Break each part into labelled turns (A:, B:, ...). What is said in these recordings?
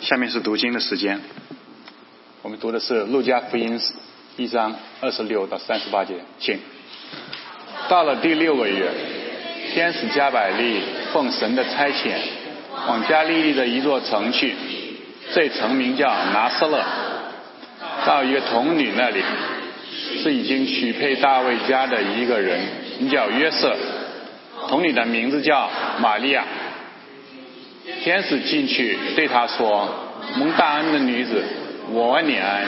A: 下面是读经的时间，我们读的是《路加福音》一章二十六到三十八节，请。到了第六个月，天使加百利奉神的差遣，往加利利的一座城去，这城名叫拿撒勒，到一个童女那里，是已经许配大卫家的一个人，名叫约瑟，童女的名字叫玛利亚。天使进去对他说：“蒙大恩的女子，我问你安，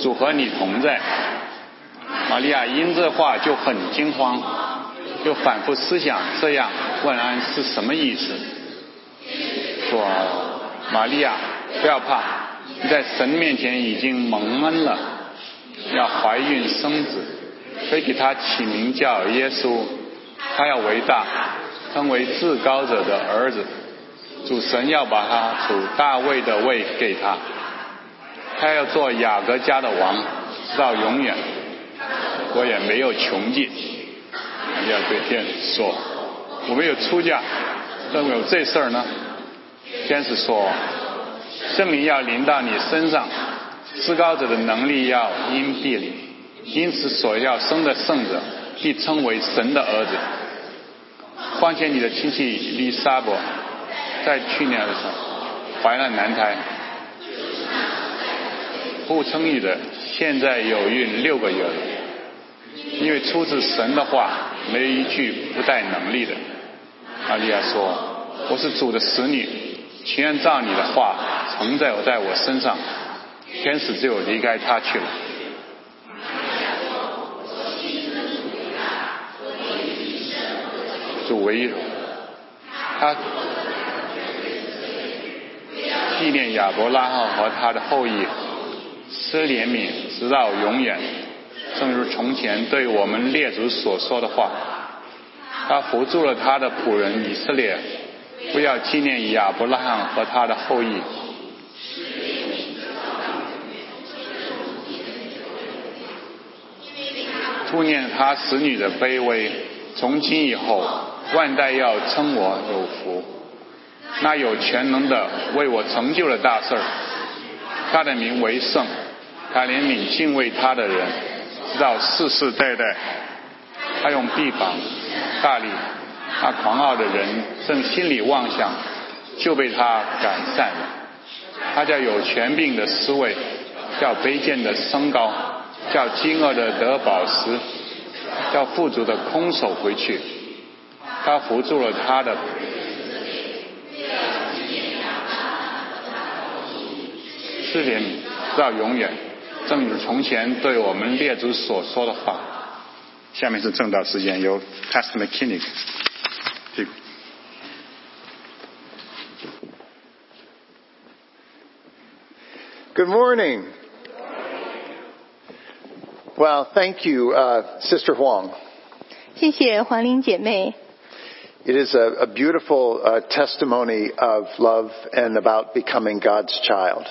A: 主和你同在。”玛利亚因这话就很惊慌，又反复思想这样问安是什么意思。说：“玛利亚，不要怕，你在神面前已经蒙恩了，要怀孕生子，所以给他起名叫耶稣，他要为大，称为至高者的儿子。主神要把他主大卫的位给他，他要做雅各家的王，直到永远。我也没有穷尽。玛利亚对天使说：“我没有出嫁，怎么有这事儿呢？”天使说：“圣灵要临到你身上，至高者的能力要荫蔽你，因此所要生的圣者必称为神的儿子。况且你的亲戚丽莎伯，在去年的时候怀了男胎，不称义的，现在有孕六个月了。”因为出自神的话，没有一句不带能力的。玛利亚说：“我是主的使女，情愿照你的话承载我在我身上。”天使就离开她去了。主唯一，他纪念亚伯拉罕和他的后裔，施怜悯直到永远，正如从前对我们列祖所说的话。他扶助了他的仆人以色列，不要纪念亚伯拉罕和他的后裔。顾念他使女的卑微，从今以后万代要称我有福。那有全能的为我成就了大事儿，他的名为圣，他怜悯敬畏他的人，直到世世代代。他用臂膀大力，他狂傲的人正心里妄想，就被他赶散了。他叫有权柄的思维，叫卑贱的升高，叫饥饿的得饱食，叫富足的空手回去。他扶住了他的是怜悯，直到永远，正如从前对我们列祖所说的话。下面是正道时间，由 Pastor McKinnick 提供。
B: Good morning. Well, thank you, uh, Sister Huang.
C: 谢谢黄玲姐妹，
B: It is a, a beautiful uh, testimony of love and about becoming God's child.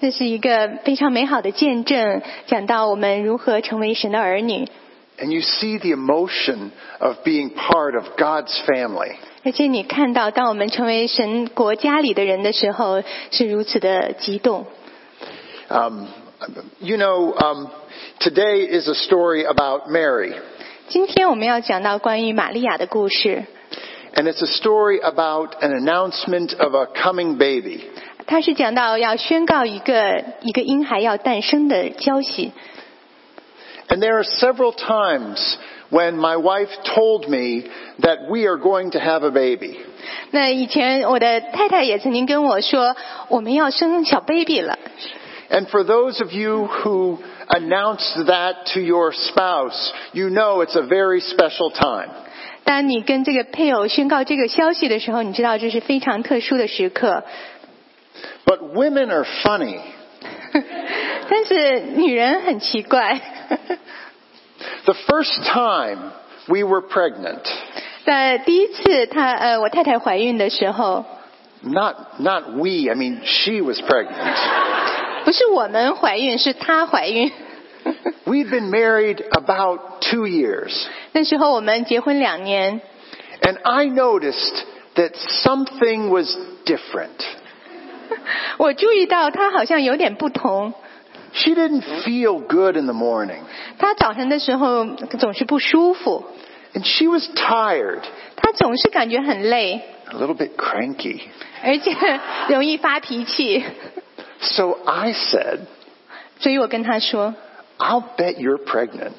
C: 这是一个非常美好的见证，讲到我们如何成为神的儿女，
B: And you see the emotion of being part of God's family.
C: 而且你看到，当我们成为神国家里的人的时候，是如此的激动。
B: Um, you know, um, today is a story about Mary,
C: 今天我们要讲到关于玛利亚的故事，
B: and it's a story about an announcement of a coming baby.
C: 它是讲到要宣告一个一个婴孩要诞生的消息。
B: And there are several times when my wife told me that we are going to have a baby.
C: 那以前我的太太也曾经跟我说，我们要生小 baby 了。
B: And for those of you who announced that to your spouse, you know it's a very special time.
C: 当你跟这个配偶宣告这个消息的时候，你知道这是非常特殊的时刻。
B: But women are funny.
C: 但是女人很奇怪，
B: The first time we were pregnant,
C: 在第一次她呃我太太怀孕的时候，
B: not, not we, I mean she was pregnant.
C: 不是我们怀孕，是她怀孕。
B: We'd been married about two years
C: 那时候我们结婚两年，
B: and I noticed that something was different.
C: 我注意到他好像有点不同。
B: She didn't feel good in the morning,
C: 他早晨的时候总是不舒服，
B: and she was tired,
C: 他总是感觉很累，
B: a little bit cranky.
C: 而且容易发脾气。
B: So I said,
C: 所以我跟他说
B: I'll bet you're pregnant.：“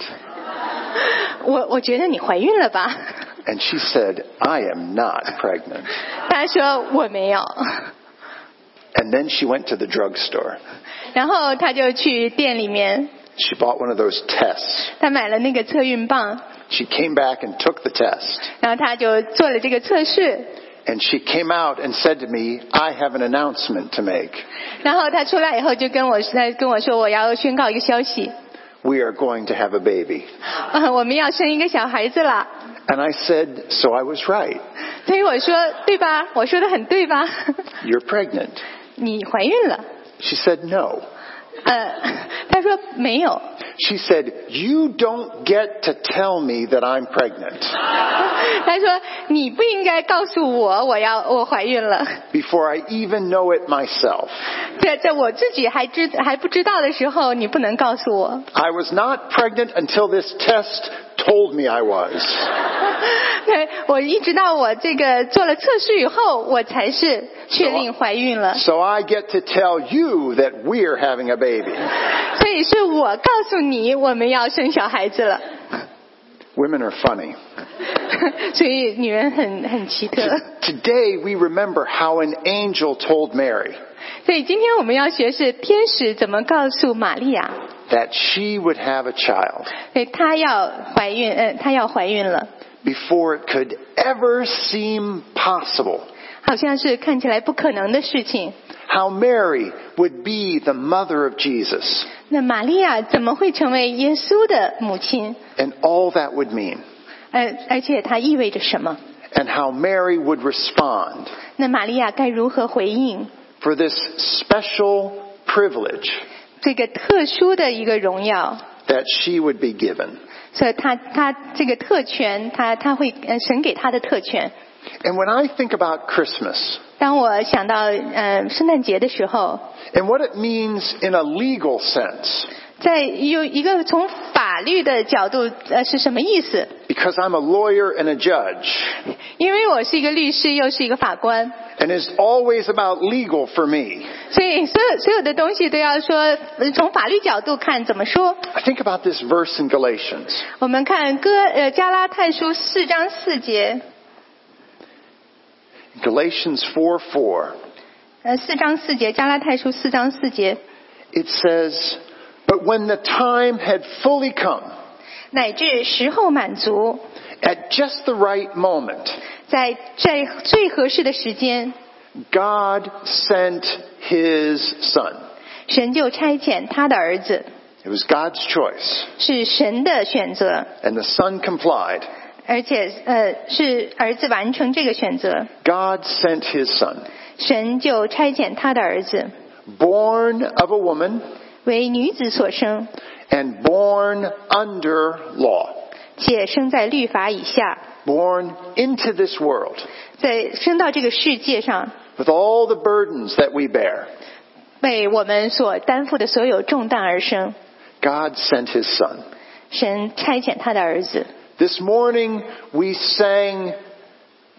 C: 我我觉得你怀孕了吧
B: And she said, I am not pregnant.？”
C: 他说：“我没有。
B: And then she went to the drugstore. ”
C: 然后他就去店里面，
B: She bought one of those tests.
C: 他买了那个测孕棒，
B: She came back and took the test.
C: 然后他就做了这个测试。
B: And she came out and said to me, I have an announcement to make.
C: 然后他出来以后就跟我他跟我说：“我要宣告一个消息，
B: We are going to have a baby.
C: 呃我们要生一个小孩子了。”
B: And I said, So I was right.
C: 所以我说：“对吧？我说的很对吧？
B: You're pregnant.
C: 你怀孕了。”
B: She said, No.
C: 呃， 他说没有，
B: She said, You don't get to tell me that I'm pregnant
C: 他说你不应该告诉我我要我怀孕了，
B: before I even know it myself.
C: 在在我自己还知还不知道的时候，你不能告诉我。
B: I was not pregnant until this test told me I was.
C: 对，我一直到我这个做了测试以后，我才是确定怀孕了，
B: So I get to tell you that we're having a baby.
C: 所以是我告诉你我们要生小孩子了。
B: Women are funny.
C: 所以女人很很奇特，
B: Today we remember how an angel told Mary
C: 所以今天我们要学是天使怎么告诉玛利亚，
B: that she would have a child
C: 对她要怀孕，呃，她要怀孕了。
B: before it could ever seem possible.
C: 好像是看起来不可能的事情。
B: How Mary would be the mother of Jesus
C: 那玛利亚怎么会成为耶稣的母亲？
B: and all that would mean,
C: 呃，而且它意味着什么？
B: and how Mary would respond
C: 那玛利亚该如何回应
B: for this special privilege
C: 这个特殊的一个荣耀？
B: that she would be given.
C: 所以她她这个特权，她她会呃神给她的特权。
B: And when I think about Christmas,
C: 当我想到呃圣诞节的时候，
B: and what it means in a legal sense,
C: 在有一个从法律的角度呃是什么意思？
B: because I'm a lawyer and a judge,
C: 因为我是一个律师，又是一个法官，
B: and it's always about legal for me.
C: 所以所有所有的东西都要说呃从法律角度看怎么说。
B: I think about this verse in Galatians.
C: 我们看哥呃加拉太书四章四节，
B: Galatians 4 4.
C: 呃四章四节加拉太书四章四节，
B: It says, But when the time had fully come,
C: 乃至时候满足，
B: at just the right moment,
C: 在在最合适的时间，
B: God sent his son.
C: 神就差遣他的儿子，
B: It was God's choice,
C: 是神的选择，
B: and the son complied.
C: 而且呃是儿子完成这个选择，
B: God sent his son,
C: 神就差遣他的儿子
B: born of a woman
C: 为女子所生，
B: and born under law,
C: 且生在律法以下，
B: born into this world
C: 在生到这个世界上，
B: with all the burdens that we bear.
C: 为我们所担负的所有重担而生。
B: God sent his son.
C: 神差遣他的儿子。
B: This morning we sang,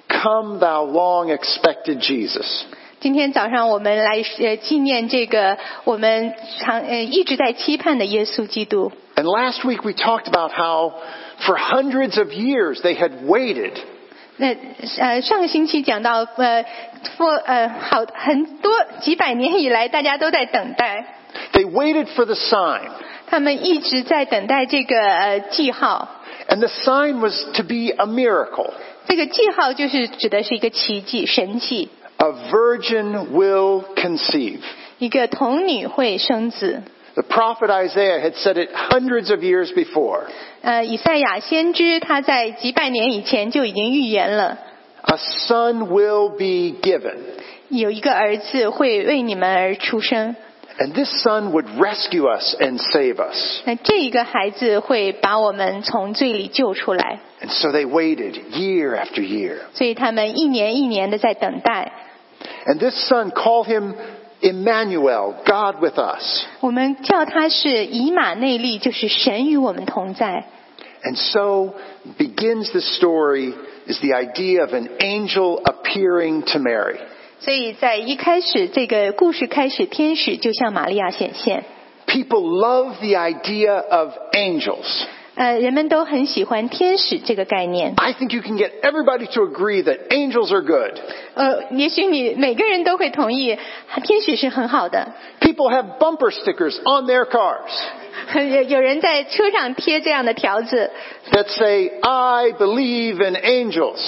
B: Come thou long expected Jesus.
C: 今天早上我们来呃纪念这个我们常呃一直在期盼的耶稣基督。
B: And last week we talked about how for hundreds of years they had waited
C: 那呃上个星期讲到呃过呃好很多几百年以来大家都在等待，
B: They waited for the sign,
C: 他们一直在等待这个呃记号。
B: and the sign was to be a miracle.
C: 这个记号就是指的是一个奇迹、神迹，
B: A virgin will conceive.
C: 一个童女会生子。
B: The prophet Isaiah had said it hundreds of years before.
C: 呃，以赛亚先知他在几百年以前就已经预言了，
B: A son will be given,
C: 有一个儿子会为你们而出生。
B: and this son would rescue us and save us.
C: 那这一个孩子会把我们从罪里救出来，
B: And so they waited year after year.
C: 所以他们一年一年的在等待。
B: And this son called him Emmanuel, God with us.
C: 我们叫他是以马内利，就是神与我们同在。
B: And so begins the story is the idea of an angel appearing to Mary.
C: 所以在一开始，这个故事开始，天使就向玛利亚显现。
B: People love the idea of angels.
C: 呃，人们都很喜欢天使这个概念。
B: I think you can get everybody to agree that angels are good.
C: 呃，也许你每个人都会同意，天使是很好的。
B: People have bumper stickers on their cars
C: 有有人在车上贴这样的条子，
B: that say, I believe in angels.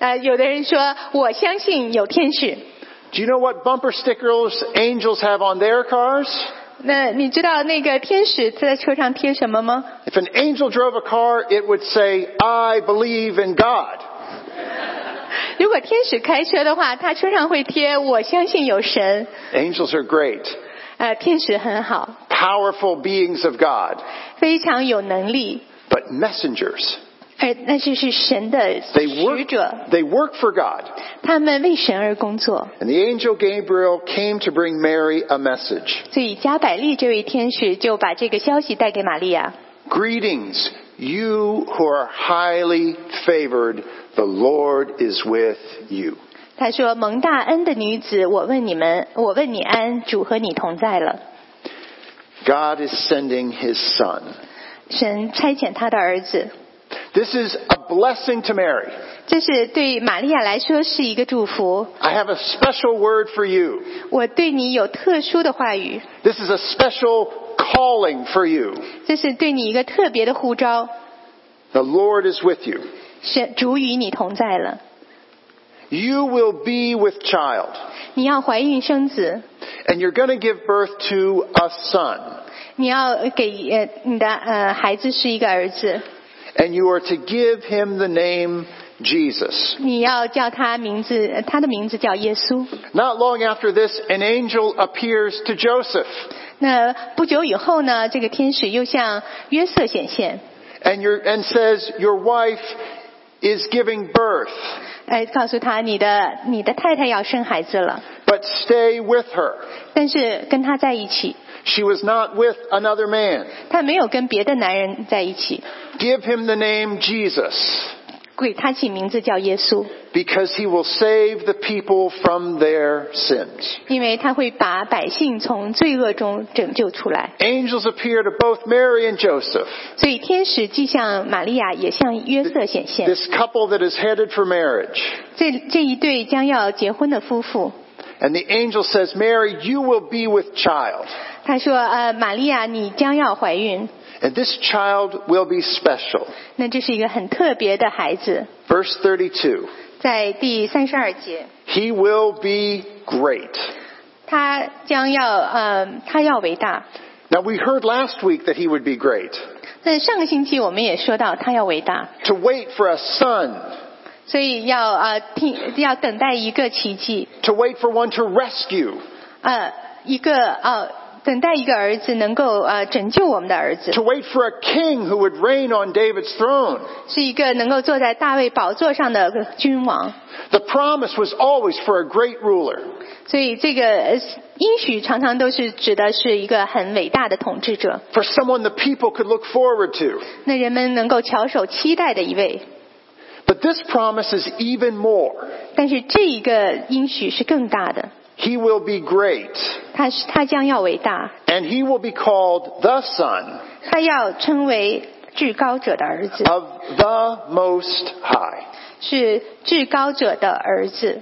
C: 呃，有的人说我相信有天使。
B: Do you know what bumper stickers angels have on their cars?
C: 那你知道那个天使在车上贴什么吗？
B: If an angel drove a car, it would say, I believe in God.
C: 如果天使开车的话，他车上会贴“我相信有神
B: Angels are great, ”。
C: 呃，天使很好，
B: powerful beings of God,
C: 非常有能力，
B: but messengers.
C: 而那就是神的
B: They work,
C: 使者，
B: they work for God.
C: 他们为神而工作。
B: And the angel Gabriel came to bring Mary a message.
C: 所以加百利这位天使就把这个消息带给玛利亚。
B: Greetings, you who are highly favored, the Lord is with you.
C: 他说：“蒙大恩的女子，我问你们，我问你安，主和你同在了。
B: God is sending his son.
C: 神差遣他的儿子，
B: This is a blessing to Mary.
C: 这是对玛利亚来说是一个祝福。
B: I have a special word for you.
C: 我对你有特殊的话语，
B: This is a special calling for you.
C: 这是对你一个特别的呼召。
B: The Lord is with you.
C: 神主与你同在了，
B: You will be with child,
C: 你要怀孕生子，
B: and you're going to give birth to a son,
C: 你要给呃你的呃孩子是一个儿子，
B: and you are to give him the name Jesus.
C: 你要叫他名字，呃他的名字叫耶稣。
B: Not long after this, an angel appears to Joseph,
C: 那不久以后呢，这个天使又向约瑟显现，
B: and, you and says, Your wife is giving birth,
C: 哎，告诉他你的你的太太要生孩子了，
B: but stay with her.
C: 但是跟他在一起，
B: She was not with another man.
C: 他没有跟别的男人在一起，
B: Give him the name Jesus,
C: 给他起名字叫耶稣，
B: because he will save the people from their sins.
C: 因为他会把百姓从罪恶中拯救出来。
B: Angels appear to both Mary and Joseph,
C: 所以天使既向玛利亚，也向约瑟显现。
B: this couple that is headed for marriage.
C: 这这一对将要结婚的夫妇，
B: And the angel says, Mary, you will be with child,
C: 他说：“呃，玛利亚，你将要怀孕，
B: and this child will be special.
C: 那这是一个很特别的孩子。
B: Verse 32. ”
C: 在第三十二节，
B: He will be great.
C: 他将要呃，他要伟大。
B: Now we heard last week that he would be great.
C: 那上个星期我们也说到，他要伟大，
B: To wait for a son,
C: 所以要呃听，要等待一个奇迹，
B: to wait for one to rescue.
C: 呃，一个呃，等待一个儿子能够呃拯救我们的儿子
B: to，wait for a king who would reign on David's throne.
C: 是一个能够坐在大卫宝座上的君王。
B: The promise was always for a great ruler.
C: 所以这个呃应许常常都是指的是一个很伟大的统治者，
B: For someone the people could look forward to.
C: 那人们能够翘首期待的一位。
B: But this promise is even more.
C: 但是这一个应许是更大的，
B: He will be great,
C: 他是他将要伟大，
B: and he will be called the Son
C: 他要称为至高者的儿子，
B: of the Most High.
C: 是至高者的儿子。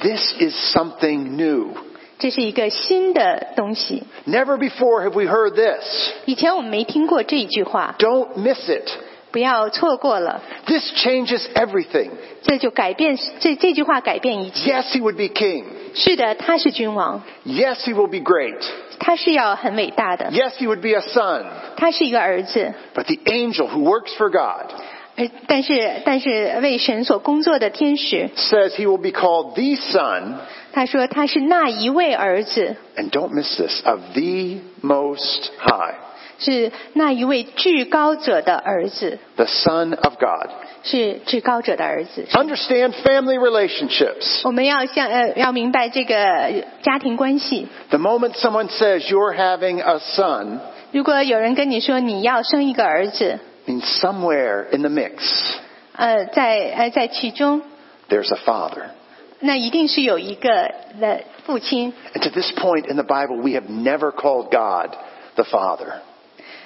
B: This is something new.
C: 这是一个新的东西，
B: Never before have we heard this.
C: 以前我们没听过这一句话，
B: Don't miss it.
C: 不要错过了。
B: This changes everything.
C: 这就改变这这句话改变一切。
B: Yes, he would be king.
C: 是的，他是君王，
B: Yes, he will be great.
C: 他是要很伟大的，
B: Yes, he would be a son.
C: 他是一个儿子，
B: But the angel who works for God
C: 而但是但是为神所工作的天使，
B: says he will be called the Son,
C: 他说他是那一位儿子，
B: and don't miss this, of the Most High.
C: 是那一位至高者的儿子，
B: the Son of God.
C: 是至高者的儿子。
B: Understand family relationships.
C: 我们要像呃要明白这个家庭关系。
B: The moment someone says you're having a son,
C: 如果有人跟你说你要生一个儿子，
B: means somewhere in the mix,
C: 呃，在呃在其中，
B: there's a father.
C: 那一定是有一个的父亲。
B: And to this point in the Bible, we have never called God the Father.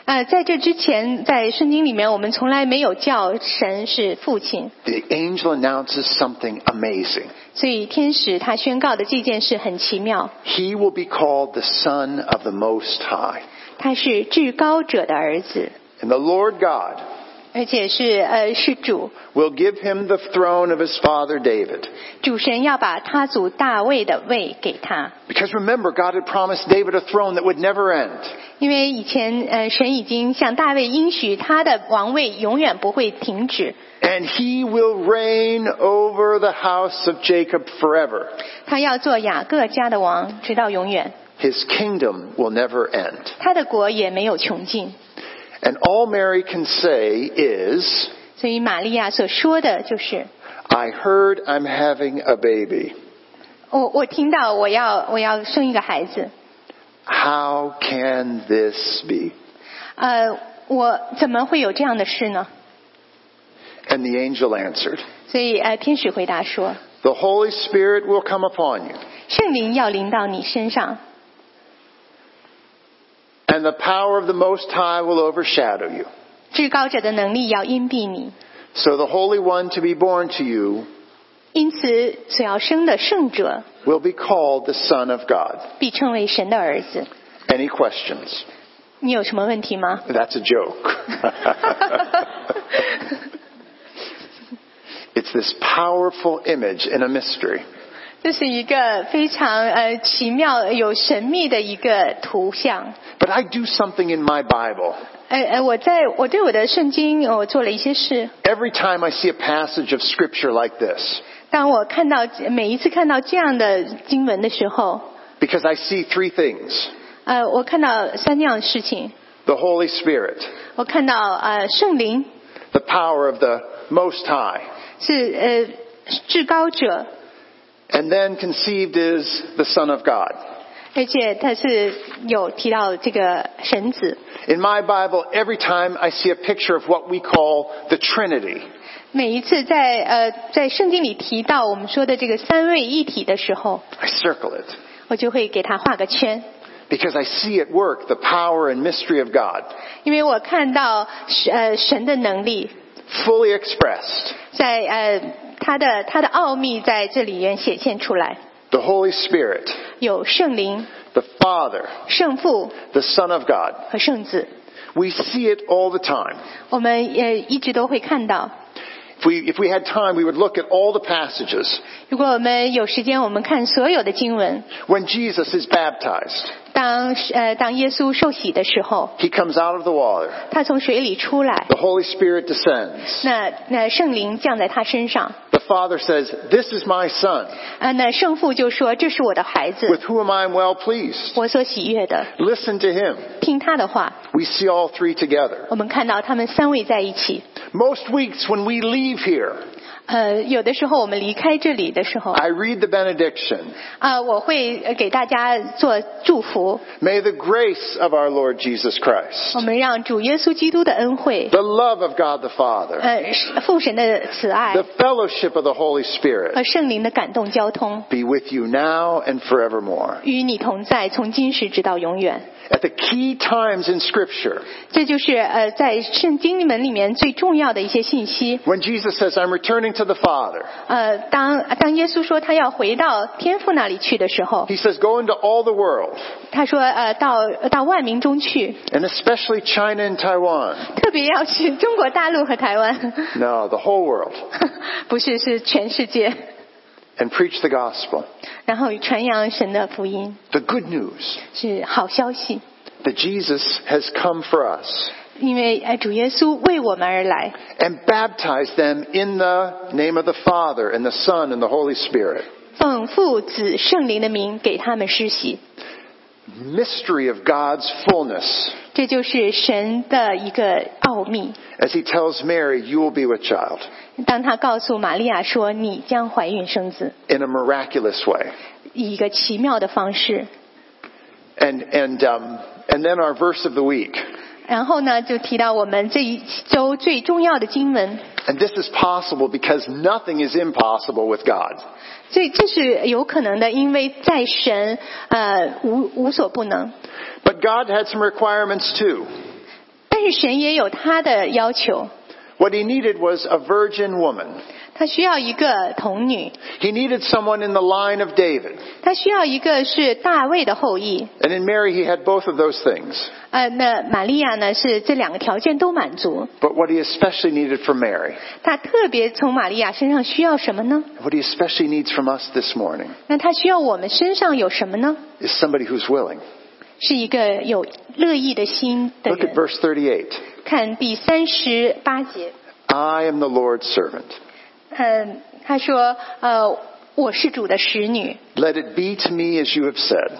C: 呃，在这之前，在圣经里面，我们从来没有叫神是父亲，
B: The angel announces something amazing.
C: 所以天使他宣告的这件事很奇妙，
B: He will be called the Son of the Most High.
C: 他是至高者的儿子，
B: And the Lord God
C: 而且是呃是主，
B: will give him the throne of his father David.
C: 主神要把他族大卫的位给他，
B: Because remember, God had promised David a throne that would never end.
C: 因为以前呃神已经向大卫应许他的王位永远不会停止，
B: And he will reign over the house of Jacob forever.
C: 他要做雅各家的王，直到永远，
B: His kingdom will never end.
C: 他的国也没有穷尽。
B: And all Mary can say is,
C: 所以玛利亚所说的就是，
B: I heard I'm having a baby.
C: 我我听到我要我要生一个孩子，
B: How can this be?
C: 呃，我怎么会有这样的事呢？
B: And the angel answered,
C: 所以呃，天使回答说，
B: The Holy Spirit will come upon you,
C: 圣灵要临到你身上，
B: and the power of the Most High will overshadow you.
C: 至高者的能力要荫蔽你，
B: So the Holy One to be born to you
C: 因此所要生的圣者
B: will be called the Son of God.
C: 必称为神的儿子。
B: Any questions?
C: 你有什么问题吗？
B: That's a joke. it's this powerful image in a mystery.
C: 这是一个非常呃奇妙、有神秘的一个图像。
B: But I do something in my Bible.
C: 呃呃，我在我对我的圣经呃我做了一些事。
B: Every time I see a passage of scripture like this,
C: 当我看到每一次看到这样的经文的时候，
B: because I see three things.
C: 呃，我看到三样事情。
B: The Holy Spirit,
C: 我看到呃圣灵
B: the power of the Most High,
C: 是呃至高者，
B: and then conceived is the Son of God.
C: 而且他是有提到这个神子。
B: In my Bible, every time I see a picture of what we call the Trinity,
C: 每一次在呃在圣经里提到我们说的这个三位一体的时候，
B: I circle it
C: 我就会给他画个圈，
B: because I see at work the power and mystery of God,
C: 因为我看到神呃神的能力
B: fully expressed.
C: 在呃他的他的奥秘在这里面显现出来，
B: The Holy Spirit,
C: 有圣灵、
B: the Father,
C: 圣父
B: the Son of God.
C: 和圣子，
B: We see it all the time.
C: 我们也一直都会看到。
B: If we, if we had time, we would look at all the passages
C: 如果我们有时间，我们看所有的经文。
B: when Jesus is baptized.
C: 当呃当耶稣受洗的时候，
B: He comes out of the water.
C: 他从水里出来，
B: The Holy Spirit descends.
C: 那那圣灵降在他身上，
B: The Father says, This is my Son,
C: 呃，那圣父就说：“这是我的孩
B: with
C: 子，
B: whom I am well pleased.
C: 我所喜悦的，
B: Listen to him.
C: 听他的话。
B: We see all three together. ”
C: 我们看到他们三位在一起。
B: Most weeks when we leave here,
C: 呃，有的时候我们离开这里的时候，啊、
B: I read the benediction.
C: 我会呃给大家做祝福。
B: May the grace of our Lord Jesus
C: 我
B: Christ,
C: 们让主耶稣基督的恩惠，
B: the love of God the Father,
C: 呃，父神的慈爱
B: the fellowship of the Holy
C: 和
B: Spirit
C: 圣灵的感动交通，
B: be with you now and forevermore.
C: 与你同在，从今时直到永远。
B: At the key times in Scripture,
C: 这就是呃，在圣经里面里面最重要的一些信息。
B: when Jesus says, I'm returning to the Father,
C: 呃，当当耶稣说他要回到天父那里去的时候，
B: he says, Go into all the world,
C: 他说呃，到到万民中去，
B: and especially China and Taiwan.
C: 特别要去中国大陆和台湾，
B: No, the whole world,
C: 不是是全世界，
B: and preach the gospel.
C: 然后传扬神的福音
B: The good news
C: 是好消息，
B: that Jesus has come for us,
C: 因为呃主耶稣为我们而来，
B: and baptize them in the name of the Father, and the Son, and the Holy Spirit.
C: 奉父子圣灵的名给他们施洗。
B: mystery of God's fullness
C: 这就是神的一个奥秘。
B: as he tells Mary, you will be with child
C: 当他告诉玛利亚说你将怀孕生子，
B: in a miraculous way.
C: 以一个奇妙的方式。
B: And, and, um, and then our verse of the week.
C: 然后呢，就提到我们这一周最重要的经文，
B: And this is possible because nothing is impossible with God.
C: 所以这是有可能的，因为在神呃无无所不能，
B: But God had some requirements too.
C: 但是神也有他的要求，
B: What he needed was a virgin woman.
C: 他需要一个童女，
B: He needed someone in the line of David.
C: 他需要一个是大卫的后裔。
B: And in Mary, he had both of those things.
C: 呃，那玛利亚呢是这两个条件都满足，
B: But what he especially needed from Mary,
C: 他特别从玛利亚身上需要什么呢？
B: what he especially needs from us this morning,
C: 那他需要我们身上有什么呢？
B: is somebody who's willing.
C: 是一个有乐意的心的
B: Look at。
C: 人
B: verse 38.
C: 看第三十八节，
B: I am the Lord's servant.
C: 嗯，他说，呃，我是主的使女，
B: Let it be to me as you have said.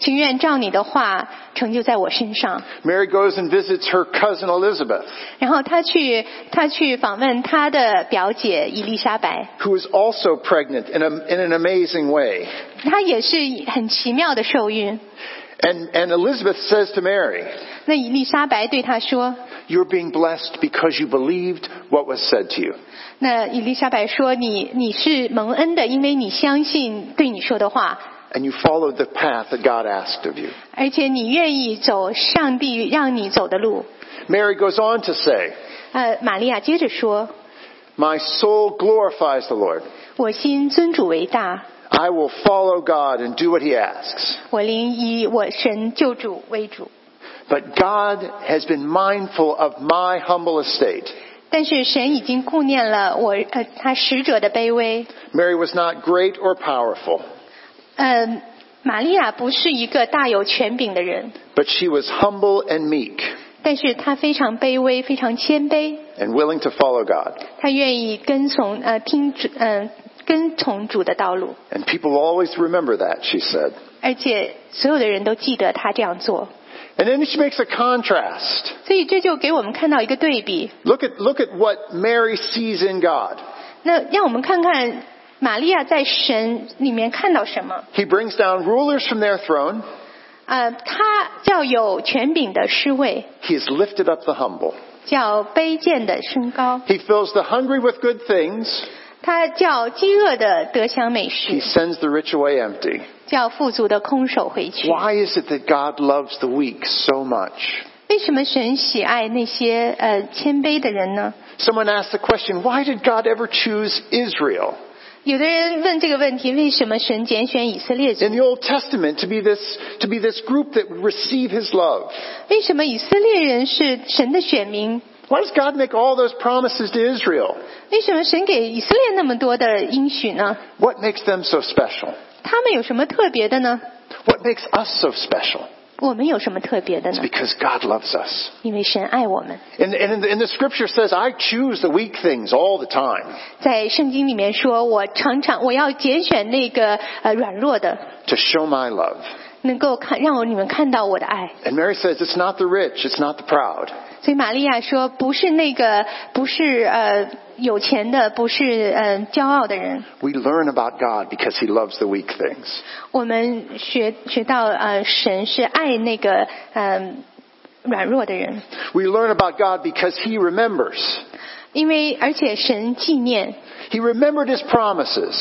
C: 情愿照你的话成就在我身上。
B: Mary goes and visits her cousin Elizabeth,
C: 然后他去，他去访问他的表姐伊丽莎白，
B: who is also pregnant in, a, in an amazing way.
C: 她也是很奇妙的受孕。
B: And, and Elizabeth says to Mary,
C: 那伊丽莎白对他说
B: You're being blessed because you believed what was said to you.：“
C: 那伊丽莎白说，你你是蒙恩的，因为你相信对你说的话，
B: And you followed the path that God asked of you.
C: 而且你愿意走上帝让你走的路。
B: Mary goes on to say, ”
C: 呃，玛利亚接着说
B: My soul glorifies the Lord.：“
C: 我心尊主为大，
B: I will follow God and do what he asks.
C: 我灵以我神救主为主。
B: But God has been mindful of my humble estate.
C: 但是神已经顾念了我呃他使者的卑微。
B: Mary was not great or powerful,
C: 嗯、玛利亚不是一个大有权柄的人，
B: but she was humble and meek
C: 但是她非常卑微，非常谦卑，
B: and willing to follow God.
C: 她愿意跟从呃听主嗯、跟从主的道路，
B: And people will always remember that, she said.
C: 而且所有的人都记得她这样做。
B: And then she makes a contrast.
C: 所以这就给我们看到一个对比。
B: Look at, look at what Mary sees in God.
C: 那让我们看看玛利亚在神里面看到什么。
B: He brings down rulers from their throne.
C: 呃，他叫有权柄的侍卫，
B: He has lifted up the humble.
C: 叫卑贱的升高，
B: He fills the hungry with good things.
C: 他叫饥饿的得享美
B: He
C: 食，
B: sends the rich away empty.
C: 叫富足的空手回去。
B: Why is it that God loves the weak so much?
C: 为什么神喜爱那些呃谦卑的人呢？
B: Someone asked the question, why did God ever choose Israel
C: 有的人问这个问题：为什么神拣选以色列
B: in
C: 族？
B: the Old Testament to be this, to be this group that would receive his love?
C: 为什么以色列人是神的选民？
B: Why does God make all those promises to Israel?
C: 为什么神给以色列那么多的应许呢？
B: What makes them so special?
C: 他们有什么特别的呢？
B: What makes us so special?
C: 我们有什么特别的
B: It's
C: 呢？
B: because God loves us.
C: 因为神爱我们。
B: And, and, in the, and the scripture says, I choose the weak things all the time
C: 在圣经里面说，我常常我要拣选那个呃软弱的，
B: to show my love.
C: 能够看让我你们看到我的爱。
B: And Mary says, it's not the rich, it's not the proud.
C: 所以玛利亚说，不是那个不是呃有钱的，不是呃骄傲的人。
B: We learn about God because he loves the weak things.
C: 我们学学到呃神是爱那个嗯、软弱的人，
B: We learn about God because He remembers.
C: 因为而且神纪念
B: He remembered His promises.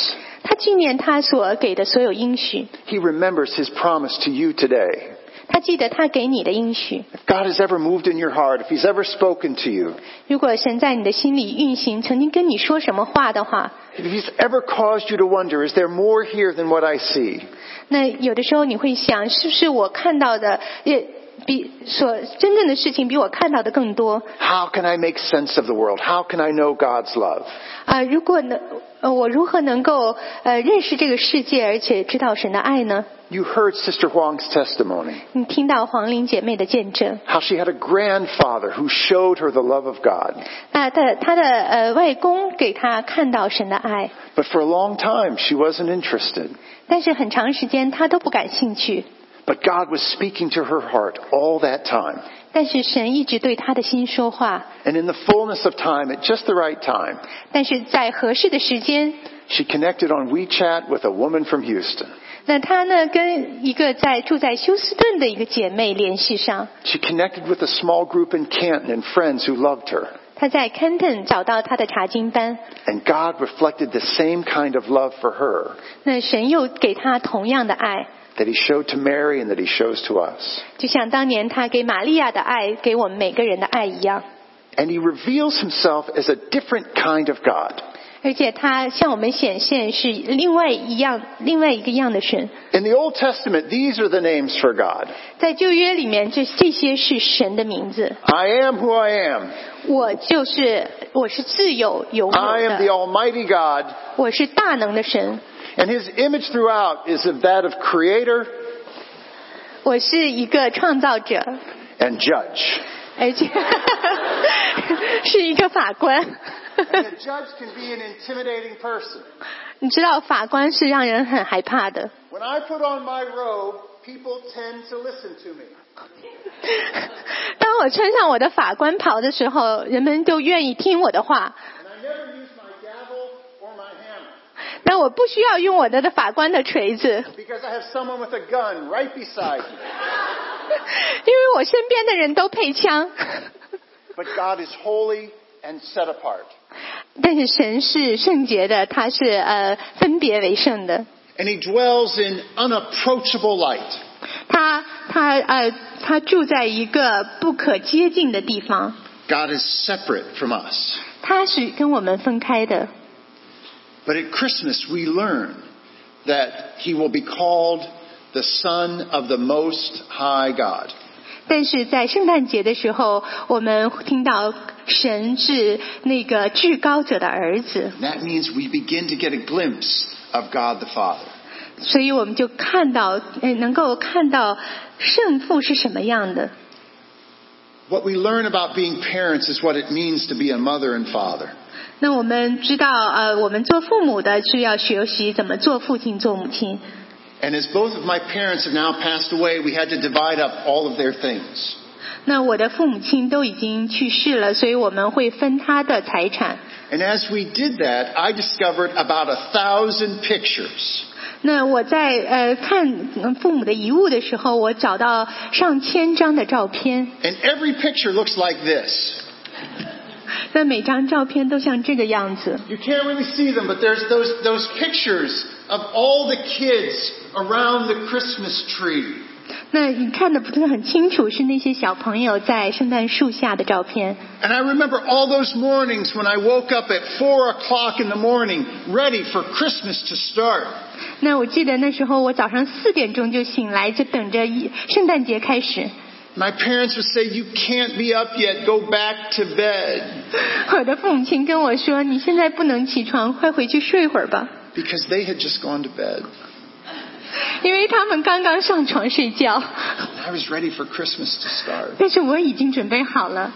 C: 他纪念他所给的所有应许，
B: He remembers His promise to you today.
C: 他记得他给你的应许。
B: If God has ever moved in your heart, if He's ever spoken to you,
C: 如果神在你的心里运行，曾经跟你说什么话的话，
B: if He's ever caused you to wonder, is there more here than what I see?
C: 那有的时候你会想，是不是我看到的也比所真正的事情比我看到的更多？
B: How can I make sense of the world? How can I know God's love?
C: 啊、如果能，呃，我如何能够呃认识这个世界，而且知道神的爱呢？
B: You heard Sister Huang's testimony,
C: 你听到黄玲姐妹的见证，
B: how she had a grandfather who showed her the love of God.
C: 啊、她她的呃外公给她看到神的爱，
B: But for a long time, she wasn't interested.
C: 但是很长时间她都不感兴趣。
B: But But God was speaking to her heart all that time.
C: 但是神一直对他的心说话，
B: And in the fullness of time, at just the right time,
C: 但是在合适的时间，
B: she connected on WeChat with a woman from Houston.
C: 那他呢跟一个在住在休斯顿的一个姐妹联系上，
B: She connected with a small group in Canton and friends who loved her.
C: 他在 Canton 找到他的查经班，
B: And God reflected the same kind of love for her
C: 那神又给他同样的爱，
B: that he showed to Mary and that he shows to us.
C: 就像当年他给玛利亚的爱，给我们每个人的爱一样。
B: And he reveals himself as a different kind of God.
C: 而且他向我们显现是另外一样、另外一个样的神。
B: In the Old Testament, these are the names for God.
C: 在旧约里面，这这些是神的名字。
B: I am who I am.
C: 我就是，我是自有有我
B: I am the
C: 的，
B: Almighty God.
C: 我是大能的神，
B: And his image throughout is of that of creator
C: 我是一个创造者，
B: and judge.
C: 而且 是一个法官。
B: And a judge can be an intimidating person.
C: 你知道，法官是让人很害怕的。
B: When I put on my robe, people tend to listen to me.
C: 当我穿上我的法官袍的时候，人们就愿意听我的话。
B: And I never use my gavel or my hammer
C: 但我不需要用我的的法官的锤子，
B: because I have someone with a gun right beside me.
C: 因为我身边的人都配枪，
B: But God is holy and set apart.
C: 但是神是圣洁的，他是呃分别为圣的，
B: And he dwells in unapproachable light.
C: 他他呃他住在一个不可接近的地方，
B: God is separate from us.
C: 他是跟我们分开的。
B: But at Christmas, we learn that he will be called the Son of the Most High God.
C: 但是在圣诞节的时候，我们听到神是那个至高者的儿子，
B: And that means we begin to get a glimpse of God the Father.
C: 所以我们就看到，呃能够看到圣父是什么样的。
B: What we learn about being parents is what it means to be a mother and father.
C: 那我们知道，呃，我们做父母的是要学习怎么做父亲、做母亲。
B: And as both of my parents have now passed away, we had to divide up all of their things.
C: 那我的父母亲都已经去世了，所以我们会分他的财产。
B: And as we did that, I discovered about a thousand pictures
C: 那我在呃看嗯父母的遗物的时候，我找到上千张的照片，
B: And every picture looks like this.
C: 那每张照片都像这个样子。
B: You can't really see them, but there's those, those pictures of all the kids around the Christmas tree.
C: 那你看的不是很清楚，是那些小朋友在圣诞树下的照片。
B: And I remember all those mornings when I woke up at four o'clock in the morning, ready for Christmas to start.
C: 那我记得那时候我早上四点钟就醒来，就等着一圣诞节开始。
B: My parents would say, you can't be up yet, go back to bed.
C: 我的父母亲跟我说：“你现在不能起床，快回去睡会儿吧。
B: Because they had just gone to bed. ”
C: 因为他们刚刚上床睡觉，
B: And I was ready for Christmas to start.
C: 但是我已经准备好了。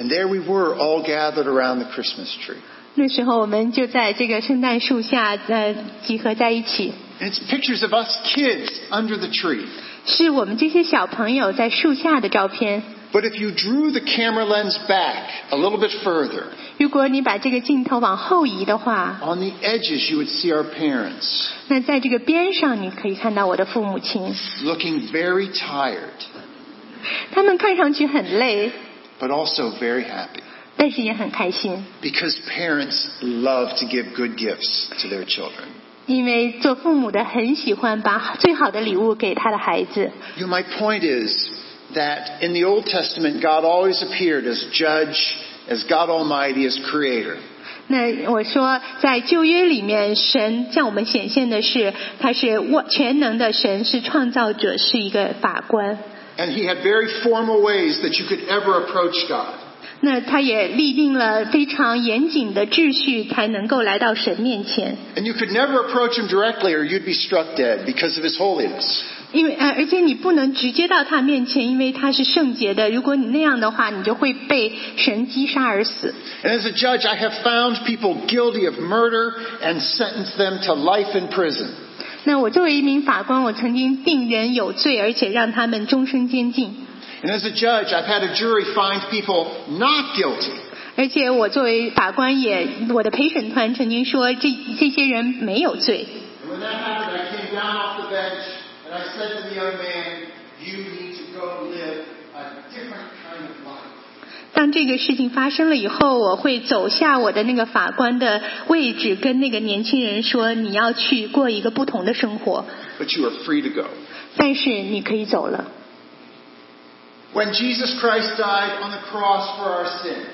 B: And there we were, all gathered around the Christmas tree.
C: 那时候我们就在这个圣诞树下呃集合在一起，
B: And it's pictures of us kids under the tree.
C: 是我们这些小朋友在树下的照片。
B: But if you drew the camera lens back a little bit further,
C: 如果你把这个镜头往后移的话，
B: on the edges you would see our parents
C: 那在这个边上你可以看到我的父母亲，
B: looking very tired,
C: 他们看上去很累，
B: but also very happy.
C: 但是也很开心，
B: Because parents love to give good gifts to their children.
C: 因为做父母的很喜欢把最好的礼物给他的孩子。
B: You know, my point is that in the Old Testament, God always appeared as judge, as God Almighty, as creator.
C: 那我说，在旧约里面，神向我们显现的是，他是万全能的神，是创造者，是一个法官。
B: And he had very formal ways that you could ever approach God.
C: 那他也立定了非常严谨的秩序，才能够来到神面前。
B: And you could never approach him directly or you'd be struck dead because of his holiness.
C: 因为呃，而且你不能直接到他面前，因为他是圣洁的。如果你那样的话，你就会被神击杀而死。
B: And as a judge, I have found people guilty of murder and sentenced them to life in prison.
C: 那我作为一名法官，我曾经定人有罪，而且让他们终身监禁。
B: And as a judge, I've had a jury find people not guilty.
C: 而且我作为法官也，我的陪审团曾经说这这些人没有罪。
B: And when that happened, I came down off the bench and I said to the young man, You need to go live a different kind of life.
C: 当这个事情发生了以后，我会走下我的那个法官的位置，跟那个年轻人说：“你要去过一个不同的生活，
B: But you are free to go.
C: 但是你可以走了。
B: When Jesus Christ died on the cross for our sins, ”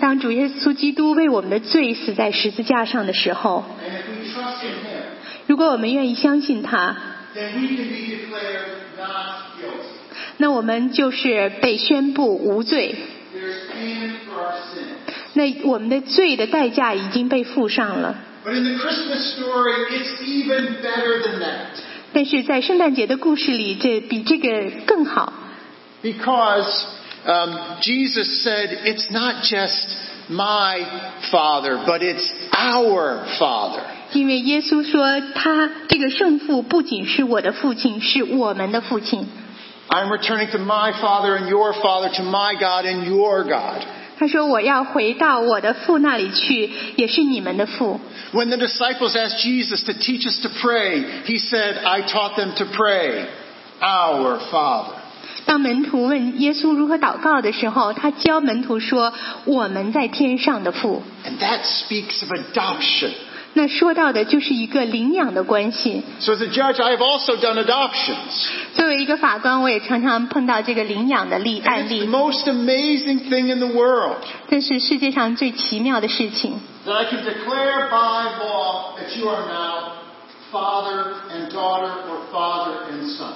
C: 当主耶稣基督为我们的罪死在十字架上的时候，
B: and if we trust in Him,
C: 如果我们愿意相信他，
B: then we can be declared not guilty.
C: 那我们就是被宣布无罪。
B: There's payment for our sins.
C: 那我们的罪的代价已经被付上了，
B: But in the Christmas story, it's even better than that.
C: 但是在圣诞节的故事里，这比这个更好。
B: Because um, Jesus said, it's not just my Father, but it's our Father.
C: 因为耶稣说，他这个圣父不仅是我的父亲，是我们的父亲。
B: I'm returning to my Father and your Father, to my God and your God.
C: 他说：“我要回到我的父那里去，也是你们的父。
B: When the disciples asked Jesus to teach us to pray, he said, I taught them to pray, our Father. ”
C: 当门徒问耶稣如何祷告的时候，他教门徒说：“我们在天上的父。
B: And that speaks of adoption. ”
C: 那说到的就是一个领养的关系。
B: So as a judge, I have also done adoptions.
C: 作为一个法官，我也常常碰到这个领养的例
B: And
C: 案
B: it's the
C: 例，
B: most amazing thing in the world.
C: 这是世界上最奇妙的事情。
B: that I can declare by law that you are now father and daughter or father and son.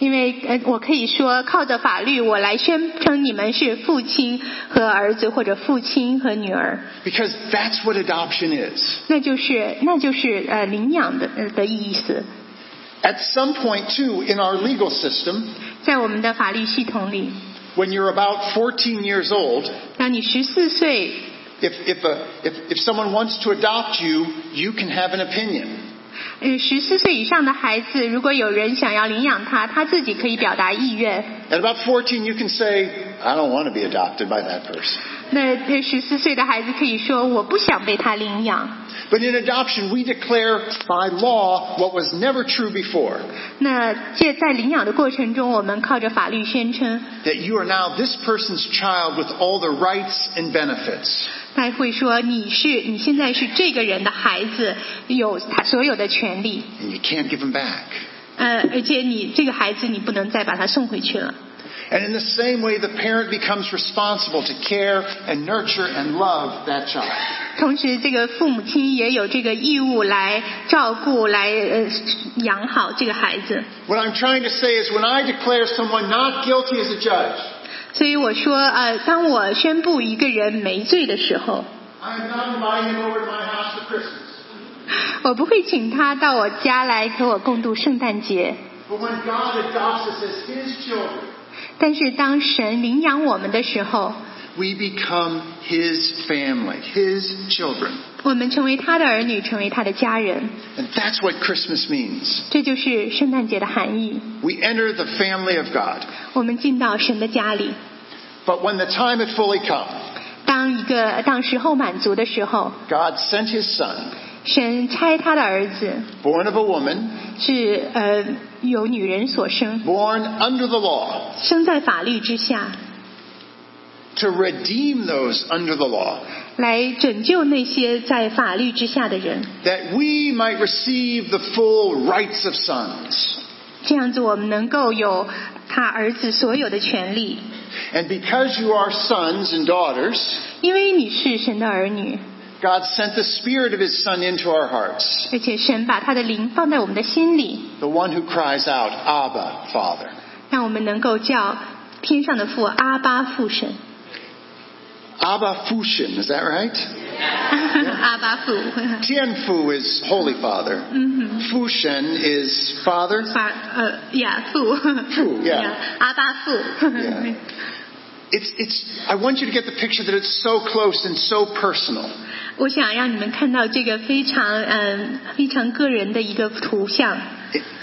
C: 因为呃，我可以说靠着法律，我来宣称你们是父亲和儿子，或者父亲和女儿，
B: Because that's what adoption is.
C: 那就是那就是呃领养的呃的意思。
B: At some point, too, in our legal system,
C: 在我们的法律系统里，
B: when you're about 14 years old,
C: 当你十四岁，
B: if, if, a, if, if someone wants to adopt you, you can have an opinion.
C: 呃十四岁以上的孩子，如果有人想要领养他，他自己可以表达意愿。
B: At about 14, you can say, I don't want to be adopted by that person.
C: 那呃十四岁的孩子可以说我不想被他领养。
B: But in adoption, we declare by law what was never true before
C: 那这在领养的过程中，我们靠着法律宣称，
B: that you are now this person's child with all the rights and benefits.
C: 他会说你是你现在是这个人的孩子，有他所有的权利，
B: and you can't give them back.
C: 呃，而且你这个孩子你不能再把他送回去了。
B: And in the same way, the parent becomes responsible to care and nurture and love that child.
C: 同时，这个父母亲也有这个义务来照顾、来呃养好这个孩子。
B: What I'm trying to say is when I declare someone not guilty as a judge,
C: 所以我说，呃，当我宣布一个人没罪的时候，
B: I am not inviting him over to my house for Christmas.
C: 我不会请他到我家来和我共度圣诞节。
B: But when God adopts us as his children,
C: 但是当神领养我们的时候，
B: we become his family, his children.
C: 我们成为他的儿女，成为他的家人，
B: And that's what Christmas means.
C: 这就是圣诞节的含义。
B: We enter the family of God.
C: 我们进到神的家里，
B: But when the time had fully come,
C: 当一个当时候满足的时候，
B: God sent his son,
C: 神差他的儿子
B: born of a woman,
C: 是呃由女人所生，
B: born under the law,
C: 生在法律之下，
B: to redeem those under the law,
C: 来拯救那些在法律之下的人。
B: that we might receive the full rights of sons.
C: 这样子，我们能够有他儿子所有的权利，
B: And because you are sons and daughters,
C: 因为你是神的儿女，
B: God sent the Spirit of His Son into our hearts,
C: 而且神把他的灵放在我们的心里，
B: the one who cries out, Abba, Father.
C: 让我们能够叫天上的父阿巴父神，
B: Abba Fushin, is that right?
C: 阿巴父 嗯
B: Tianfu is Holy Father. Fushin is Father.
C: 法呃呀父，
B: Fu, yeah.
C: 呀 阿巴父。
B: Yeah. It's, it's, I want you to get the picture that it's so close and so personal.
C: 呃我想让你们看到这个非常嗯、非常个人的一个图像，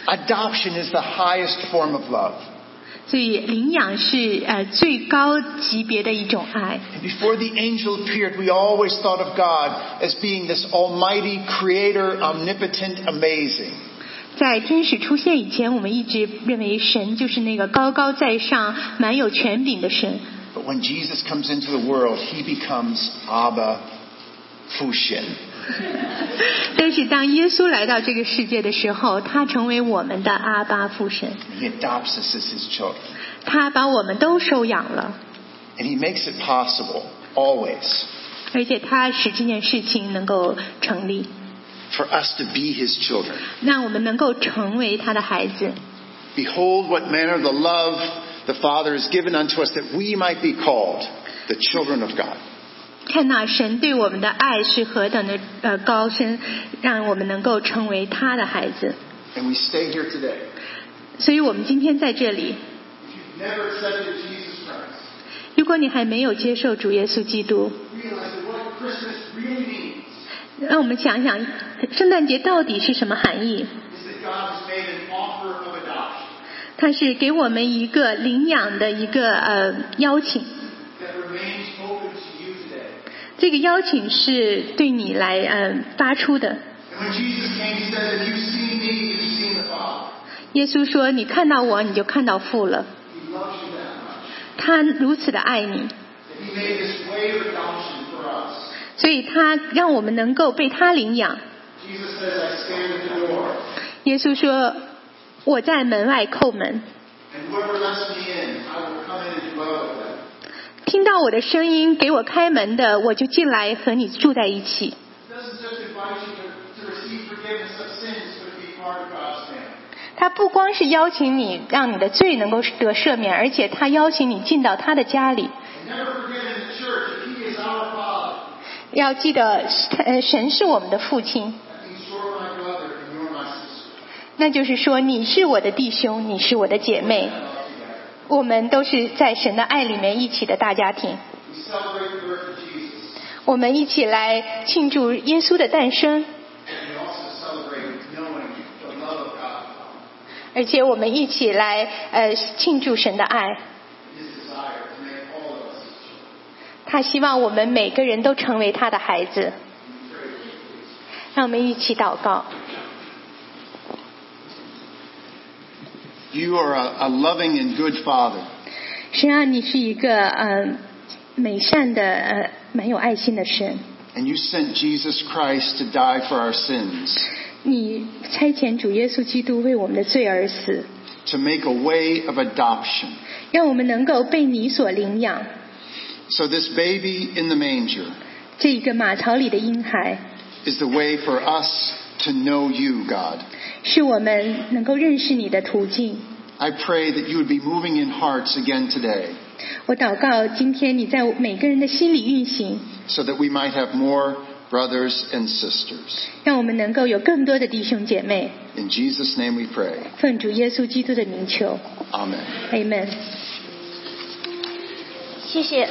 B: Adoption is the highest form of love.
C: 所以领养是呃最高级别的一种爱。
B: And Before the angel appeared, we always thought of God as being this almighty, creator, omnipotent, amazing.
C: 在天使出现以前，我们一直认为神就是那个高高在上、满有权柄的神。
B: But when Jesus comes into the world, he becomes Abba Fushin.
C: 但是当耶稣来到这个世界的时候，他成为我们的阿巴父神，
B: He adopts us as his children.
C: 他把我们都收养了，
B: And he makes it possible, always,
C: 而且他使这件事情能够成立，
B: for us to be his children.
C: 让我们能够成为他的孩子。
B: Behold, what manner of the love the Father has given unto us that we might be called the children of God.
C: 看到神对我们的爱是何等的呃高深，让我们能够成为他的孩子。
B: And we stay here today.
C: 所以我们今天在这里，
B: If you've never accepted Jesus Christ,
C: 如果你还没有接受主耶稣基督，
B: realize what Christmas really means
C: 让我们想想圣诞节到底是什么含义？
B: is that God has made an offer of adoption
C: 它是给我们一个领养的一个呃邀请，
B: that remains open to you today.
C: 这个邀请是对你来呃发出的。
B: And when Jesus came, he said, If you've seen me, you've seen the Father.
C: 耶稣说：“你看到我，你就看到父了。
B: He loves you that much. ”
C: 他如此的爱你，
B: That he made this way of adoption for us.
C: 所以他让我们能够被他领养。
B: Jesus says, I stand at the door,
C: 耶稣说：“我在门外叩门，
B: and whoever lets me in, I will come in and dwell with them.
C: 听到我的声音，给我开门的，我就进来和你住在一起。”
B: He doesn't just invite you to, to receive forgiveness of sins, but to be part of God's family.
C: 他不光是邀请你让你的罪能够得赦免，而且他邀请你进到他的家里。
B: And never forget in the church, that he is our Father.
C: 要记得，呃，神是我们的父亲，
B: That means you're my brother and you're my sister.
C: 那就是说你是我的弟兄，你是我的姐妹，我们都是在神的爱里面一起的大家庭。
B: We celebrate the birth of Jesus,
C: 我们一起来庆祝耶稣的诞生，
B: and we also celebrate knowing the love of God the Father.
C: 而且我们一起来呃庆祝神的爱。
B: His desire to make all of us his children.
C: 他希望我们每个人都成为他的孩子。让我们一起祷告。
B: You are a, a loving and good father.
C: 神啊，你是一个呃美善的呃蛮有爱心的神，
B: And you sent Jesus Christ to die for our sins,
C: 你差遣主耶稣基督为我们的罪而死，
B: to make a way of adoption.
C: 让我们能够被你所领养。
B: So, this baby in the manger
C: 这一个马槽里的婴孩，
B: is the way for us to know you, God.
C: 是我们能够认识你的途径。
B: I pray that you would be moving in hearts again today
C: 我祷告，今天你在每个人的心里运行，
B: so that we might have more brothers and sisters.
C: 让我们能够有更多的弟兄姐妹。
B: In Jesus' name we pray.
C: 奉主耶稣基督的名求
B: Amen.
C: ，Amen。
D: 谢谢